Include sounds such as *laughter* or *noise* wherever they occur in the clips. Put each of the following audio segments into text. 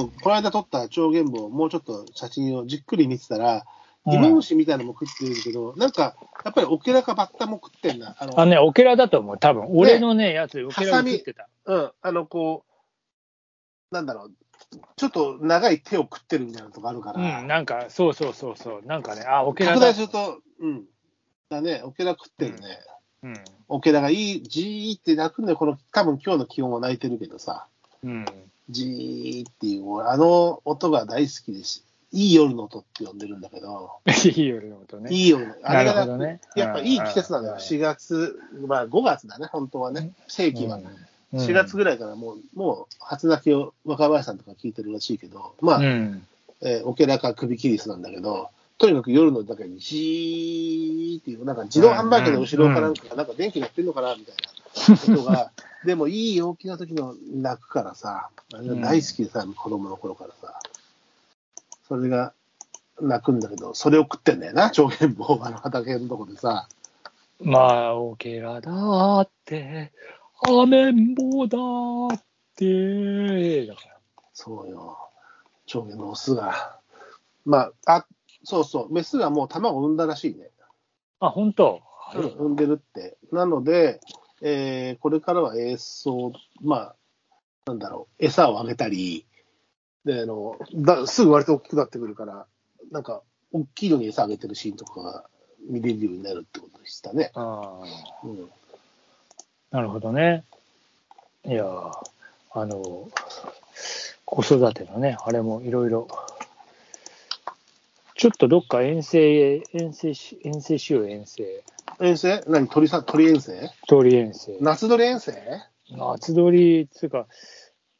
の間撮った超原本をもうちょっと写真をじっくり見てたら、イモムシみたいなのも食ってるけど、なんか、やっぱりオケラかバッタも食ってんな。あの、あね、オケラだと思う、多分俺のね、やつ、オケラハサをミ食ってた。うん、あの、こう、なんだろう、ちょっと長い手を食ってるみたいなとこあるかうら、ん、なんか、そうそうそうそう、なんかね、あ、オケラ拡だ大す。ると、うん、だね、オケラ食ってるね。うん、オケラがいい、じーって泣くんだよ、この、多分今日の気温は泣いてるけどさ、うん、 *laughs* じーっていう、あの音が大好きです。いい夜の音って呼んでるんだけど、いい夜のことね。いい夜の、あなれるがほどね。やっぱいい季節なのよ、うん4月、まあ5月だね、本当はね、正規は。うん4月ぐらいからもう、もう初泣きを若林さんとか聞いてるらしいけど、まあ、うん、えーオケラか首切りスなんだけど、とにかく夜の中にジーっていう、なんか自動販売機の後ろからなんか、なんか電気鳴ってんのかなみたいなことが、でもいい陽気な時の泣くからさ、あれが大好きでさ、子供の頃からさ、それが泣くんだけど、それを食ってんだよな、長剣棒あの畑のとこでさ、まあ、オケラだって、アメンボだって、だから。そうよ、長剣のオスが。まあ、あ、そうそう、メスがもう卵を産んだらしいね。あ、本当。うん産んでるって。なので、えーこれからは栄養、まあ、なんだろう、餌をあげたり、で、あの、だすぐ割と大きくなってくるから、なんか、大きいのに餌あげてるシーンとかが見れるようになるってことでしたね。あうあ。ん。なるほどね。いやー、あの、子育てのね、あれもいろいろ。ちょっとどっか遠征へ、遠征し、遠征しよう、遠征。遠征何鳥さ、鳥遠征鳥遠征。夏鳥遠征夏鳥、つうか、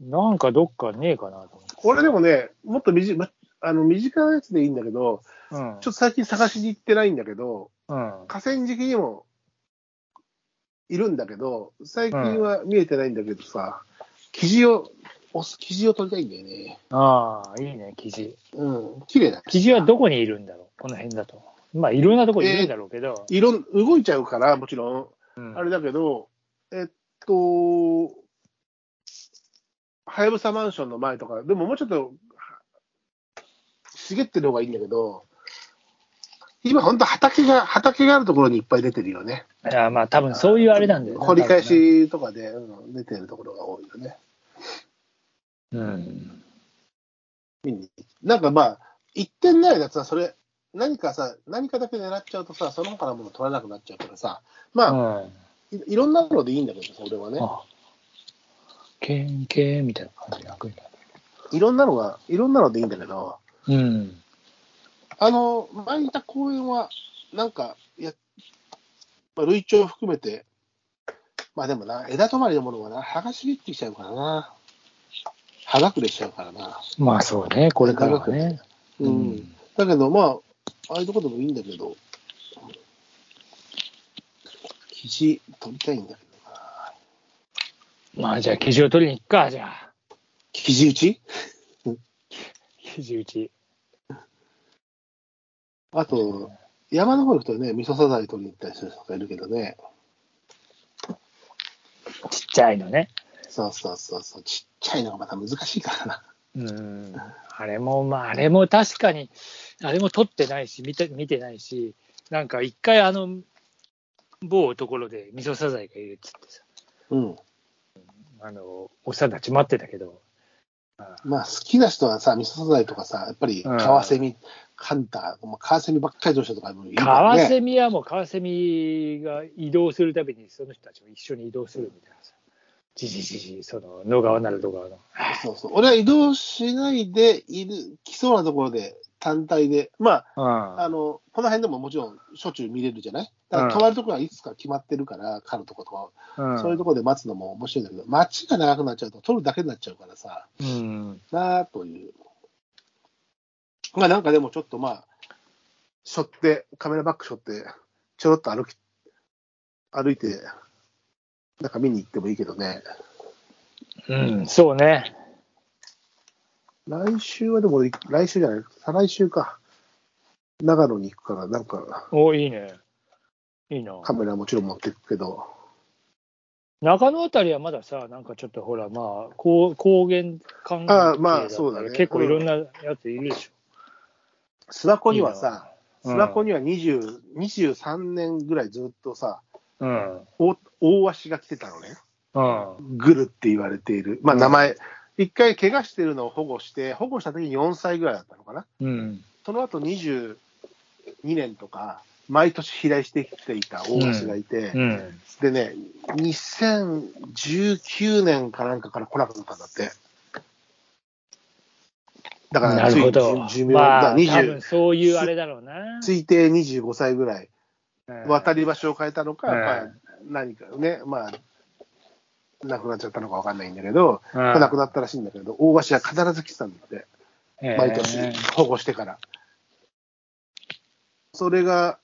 なんかどっかねえかなとこれでもね、もっと短い、まあの、短いやつでいいんだけど、思って。うちん。ょっと最近探しに行ってないんだけど、うん。河川敷にもいるんだけど、最近は見えてないんだけどさ、生地を、押す生地を取りたいんだよね。ああ、いいね、生地。うん、綺麗だ。生地はどこにいるんだろう、この辺だと。まあ、いろんなとこにいるんだろうけど。いろん、動いちゃうから、もちろうんん。あれだけど、えっと、はやぶさマンションの前とか、でももうちょっと、茂ってる方がいいんだけど、今本当畑が、畑があるところにいっぱい出てるよね。いや、まあ、多分そういうあれなんだよね掘り返。しとかで、うん出てるところが多いよね。うん。なんかまあ、一点ないやつは、それ、何かさ、何かだけ狙っちゃうとさ、その他のもの取らなくなっちゃうからさ、うまあ、ん。いいろんなのでいいんだけどさ、俺はね。あけんけんみたいな感じで開くんだ。いろんなのが、いろんなのでいいんだけど、うん。あの、前にいた公園は、なんか、や、まあ、類調含めて、まあでもな、枝止まりのものはな、葉が茂ってきちゃうからな。葉隠れしちゃうからな。まあそうね、これからはね。うん。だけど、まあ、ああいうとこでもいいんだけど、生地取りたいんだけどな。まあじゃあ、生地を取りに行くか、じゃあ。生地打ち生地打ち。あと、山の方行くとね、味噌サザエ取りに行ったりする人がいるけどね。ちっちゃいのね。そうそうそうそう、ちっちゃいのがまた難しいからな。うん。あれも、まああれも確かに、あれも取ってないし、見て見てないし、なんか一回あの、某ところで味噌サザエがいるっつってさ、うん。あの、おっさんたち待ってたけど、まあ、好きな人はさ、味噌サザエとかさ、やっぱりうんカワセミ、ハンター、まあカワセミばっかり乗車とかもいるかカらワね。セミはもうカワセミが移動するたびにその人たちも一緒に移動するみたいなさ。じじじじ、その野川なる野川の。そうそう。俺は移動しないでいる、来そうなところで、単体で、まあ、ああの、この辺でももちろんしょっちゅう見れるじゃないだかうんら泊まるところはいつか決まってるから、狩るとことか、のそういうところで待つのも面白いんだけど、街が長くなっちゃうと撮るだけになっちゃうからさ、うん。なあという。まあなんかでもちょっとまあ、しょって、カメラバッグしょって、ちょろっと歩き、歩いて、なんか見に行ってもいいけどね。うん、そうね。来週はでも、来週じゃない、再来週か。長野に行くから、なんか、おいいね。いいな。カメラもちろん持っていくけど、中野あたりはまださ、なんかちょっとほら、まあ、高高原関係だあーまあそうだね結構いろんなやついるでし諏訪湖にはさ、いい諏な訪湖には20 23年ぐらいずっとさ、ょ。うん。大大鷲が来てたのね。うん。グルって言われている。まあうん名前、一回怪我してるのを保護して、保護した時に4歳ぐらいだったのかな。うん。その後22年とか、毎年飛来してきていた大鷲がいて、うん。でね、2019年かなんかから来なくなったんだって。だかなら、つるいほど。寿命、まあ、だから多20分そういうあれだろうな。推定25歳ぐらい、うん渡り場所を変えたのか、うんまあ、何かね、まあ、亡くなっちゃったのか分かんないんだけど、うん亡くなったらしいんだけど、大鷲は必ず来てたんだって、毎年えー保護してから。それが、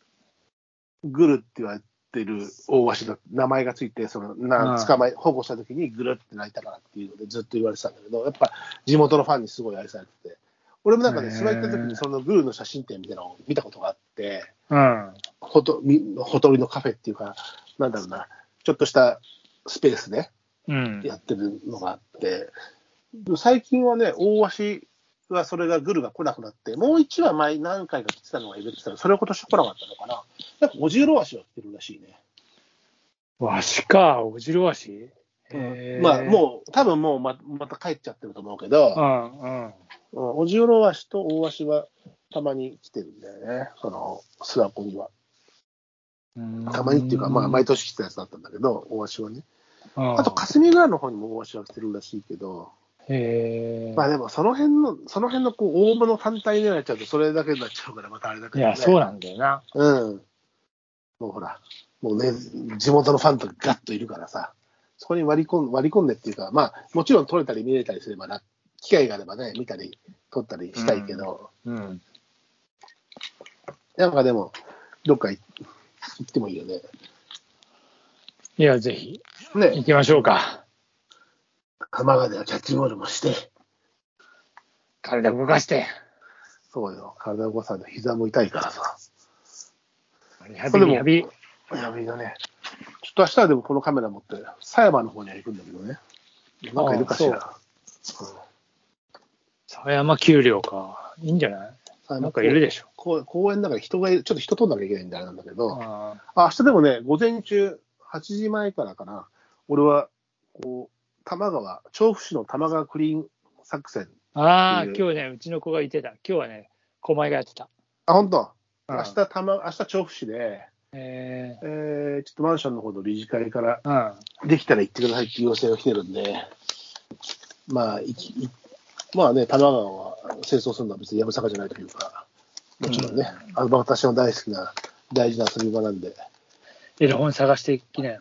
グルって言われてる大鷲だ、名前がついて、そのうな、ん捕まえ、保護した時にグルって鳴いたからっていうのでずっと言われてたんだけど、やっぱ地元のファンにすごい愛されてて、俺もなんかね、へー諏訪行った時にそのグルの写真展みたいなのを見たことがあって、うん。ほと、みほとりのカフェっていうか、なんだろうな、ちょっとしたスペースね、うん。やってるのがあって、最近はね、大鷲はそれがグルが来なくなって、もう1話前何回か来てたのがいるって言ったら、それを今年来なかったのかな。なんか五十ロアシは来てるらしいね。わしか、オジロワシまあう。もう、多分もうままた帰っちゃってると思うけど、ううんんうん。五十ロアシと大鷲はたまに来てるんだよね、その諏訪湖には。たまにっていうか、まあ毎年来てたやつだったんだけど、大鷲はね。ああと霞ヶ浦の方にも大鷲は来てるらしいけど、へえまあでもその辺の、その辺のこう大物単体でなっちゃうと、それだけになっちゃうから、またあれだけいど、ね。や、そうなんだよな。うん。もうほら、もうね、地元のファンとかガッといるからさ、そこに割り込ん割り込んでっていうか、まあ、もちろん撮れたり見れたりすればな、機会があればね、見たり、撮ったりしたいけど、うん。なんかでも、どっか行行ってもいいよね。いや、ぜひ、行ね、きましょうか。浜川ではキャッチボールもして、体動かして。そうよ、体を動かさないと膝も痛いからさ。リハそれビでもリ、リハビリ。やべえだね。ちょっと明日はでもこのカメラ持って、狭山の方には行くんだけどね。なんかいるかしら。うん沢山丘陵か。いいんじゃない狭山なんかいるでしょ。公公園の中に人がいる、ちょっと人通んなきゃいけないんであれなんだけど、ああ明日でもね、午前中、8時前からかな、俺は、こう、玉川、調布市の玉川クリーン作戦。あいー、る今日ね、うちの子がいてた。今日はね、狛江がやってた。あ、本当うん明日玉、明日調布市で、ええー、ちょっとマンションの方の理事会から、ー、できたら行ってくださいっていう要請が来てるんで、まあ、いきいまあね、玉川は清掃するのは別にやぶさかじゃないというか、もちろんね、あの私の大好きな、大事な遊び場なんで、うん。絵本探していきなよ。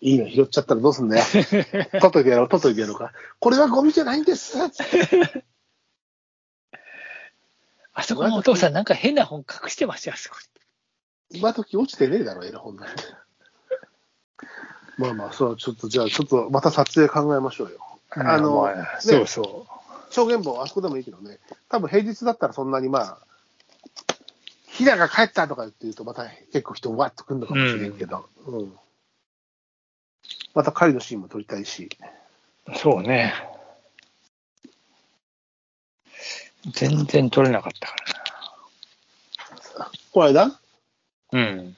いいの拾っちゃったらどうすんだよ。取っといてやろう、取っといてやろうか。これはゴミじゃないんですあそこのお父さん、なんか変な本隠してましたよ、あそこ今時落ちてねえだろ、エロ本なんて。まあまあ、そう、ちょっと、じゃあ、ちょっと、また撮影考えましょうよ。に。あのうんねそうそ証言簿、あそこでもいいけどね、多分平日だったらそんなにまあ、ひなが帰ったとかって言うと、また結構人、わっと来るのかもしれんけど、うんまた狩りのシーンも撮りたいし、う。そうね。全然取れなかったかこれだ、らな。うん。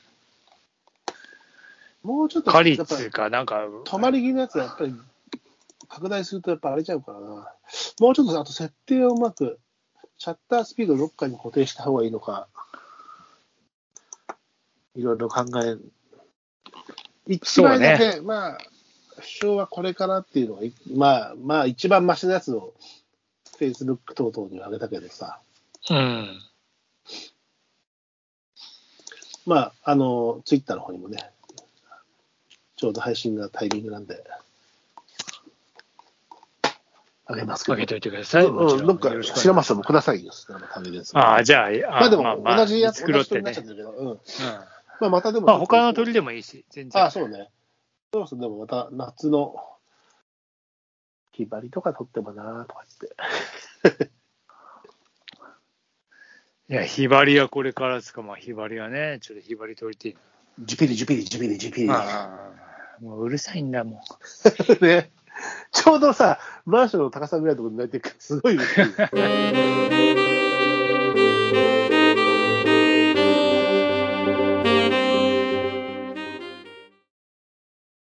もうちょっと、カリやっッぱツりうか、なんか、泊まり気のやつはやっぱり拡大するとやっぱ荒れちゃうからな、もうちょっとあと設定をうまく、シャッタースピードどっかに固定した方がいいのか、いろいろ考え一そう枚だね。け、まあ、主張はこれかなっていうのが、いまあ、まあ、一番マシなやつを、Facebook 等々には上げたけどさ、うん。まあ、あの、Twitter の方にもね、ちょうど配信がタイミングなんで、上げますけかど、けといてください。もちうろん、どっかよろし、くお白願い松しさんもくださいよ、その旅です。ますああ、じゃあ、まあでも、同じやつ、作ろ同っじ人てになっねちゃっ。てるけど、うん。うんまあ、またでも、まあ、他の鳥でもいいし、全然。ああ、そうね。そうそう、でもまた夏の、ひばりとか撮ってもなーとか言って。いや、ヒバリはこれからですか、まあ、ヒバリはね、ちょっとヒバリ取りてえジュピリ、ジュピリ、ジュピリ、ジュピリ。な。もううるさいんだもん。 *laughs* ね。ちょうどさ、マンションの高さぐらいのところに泣いてるから、すごいうるさい。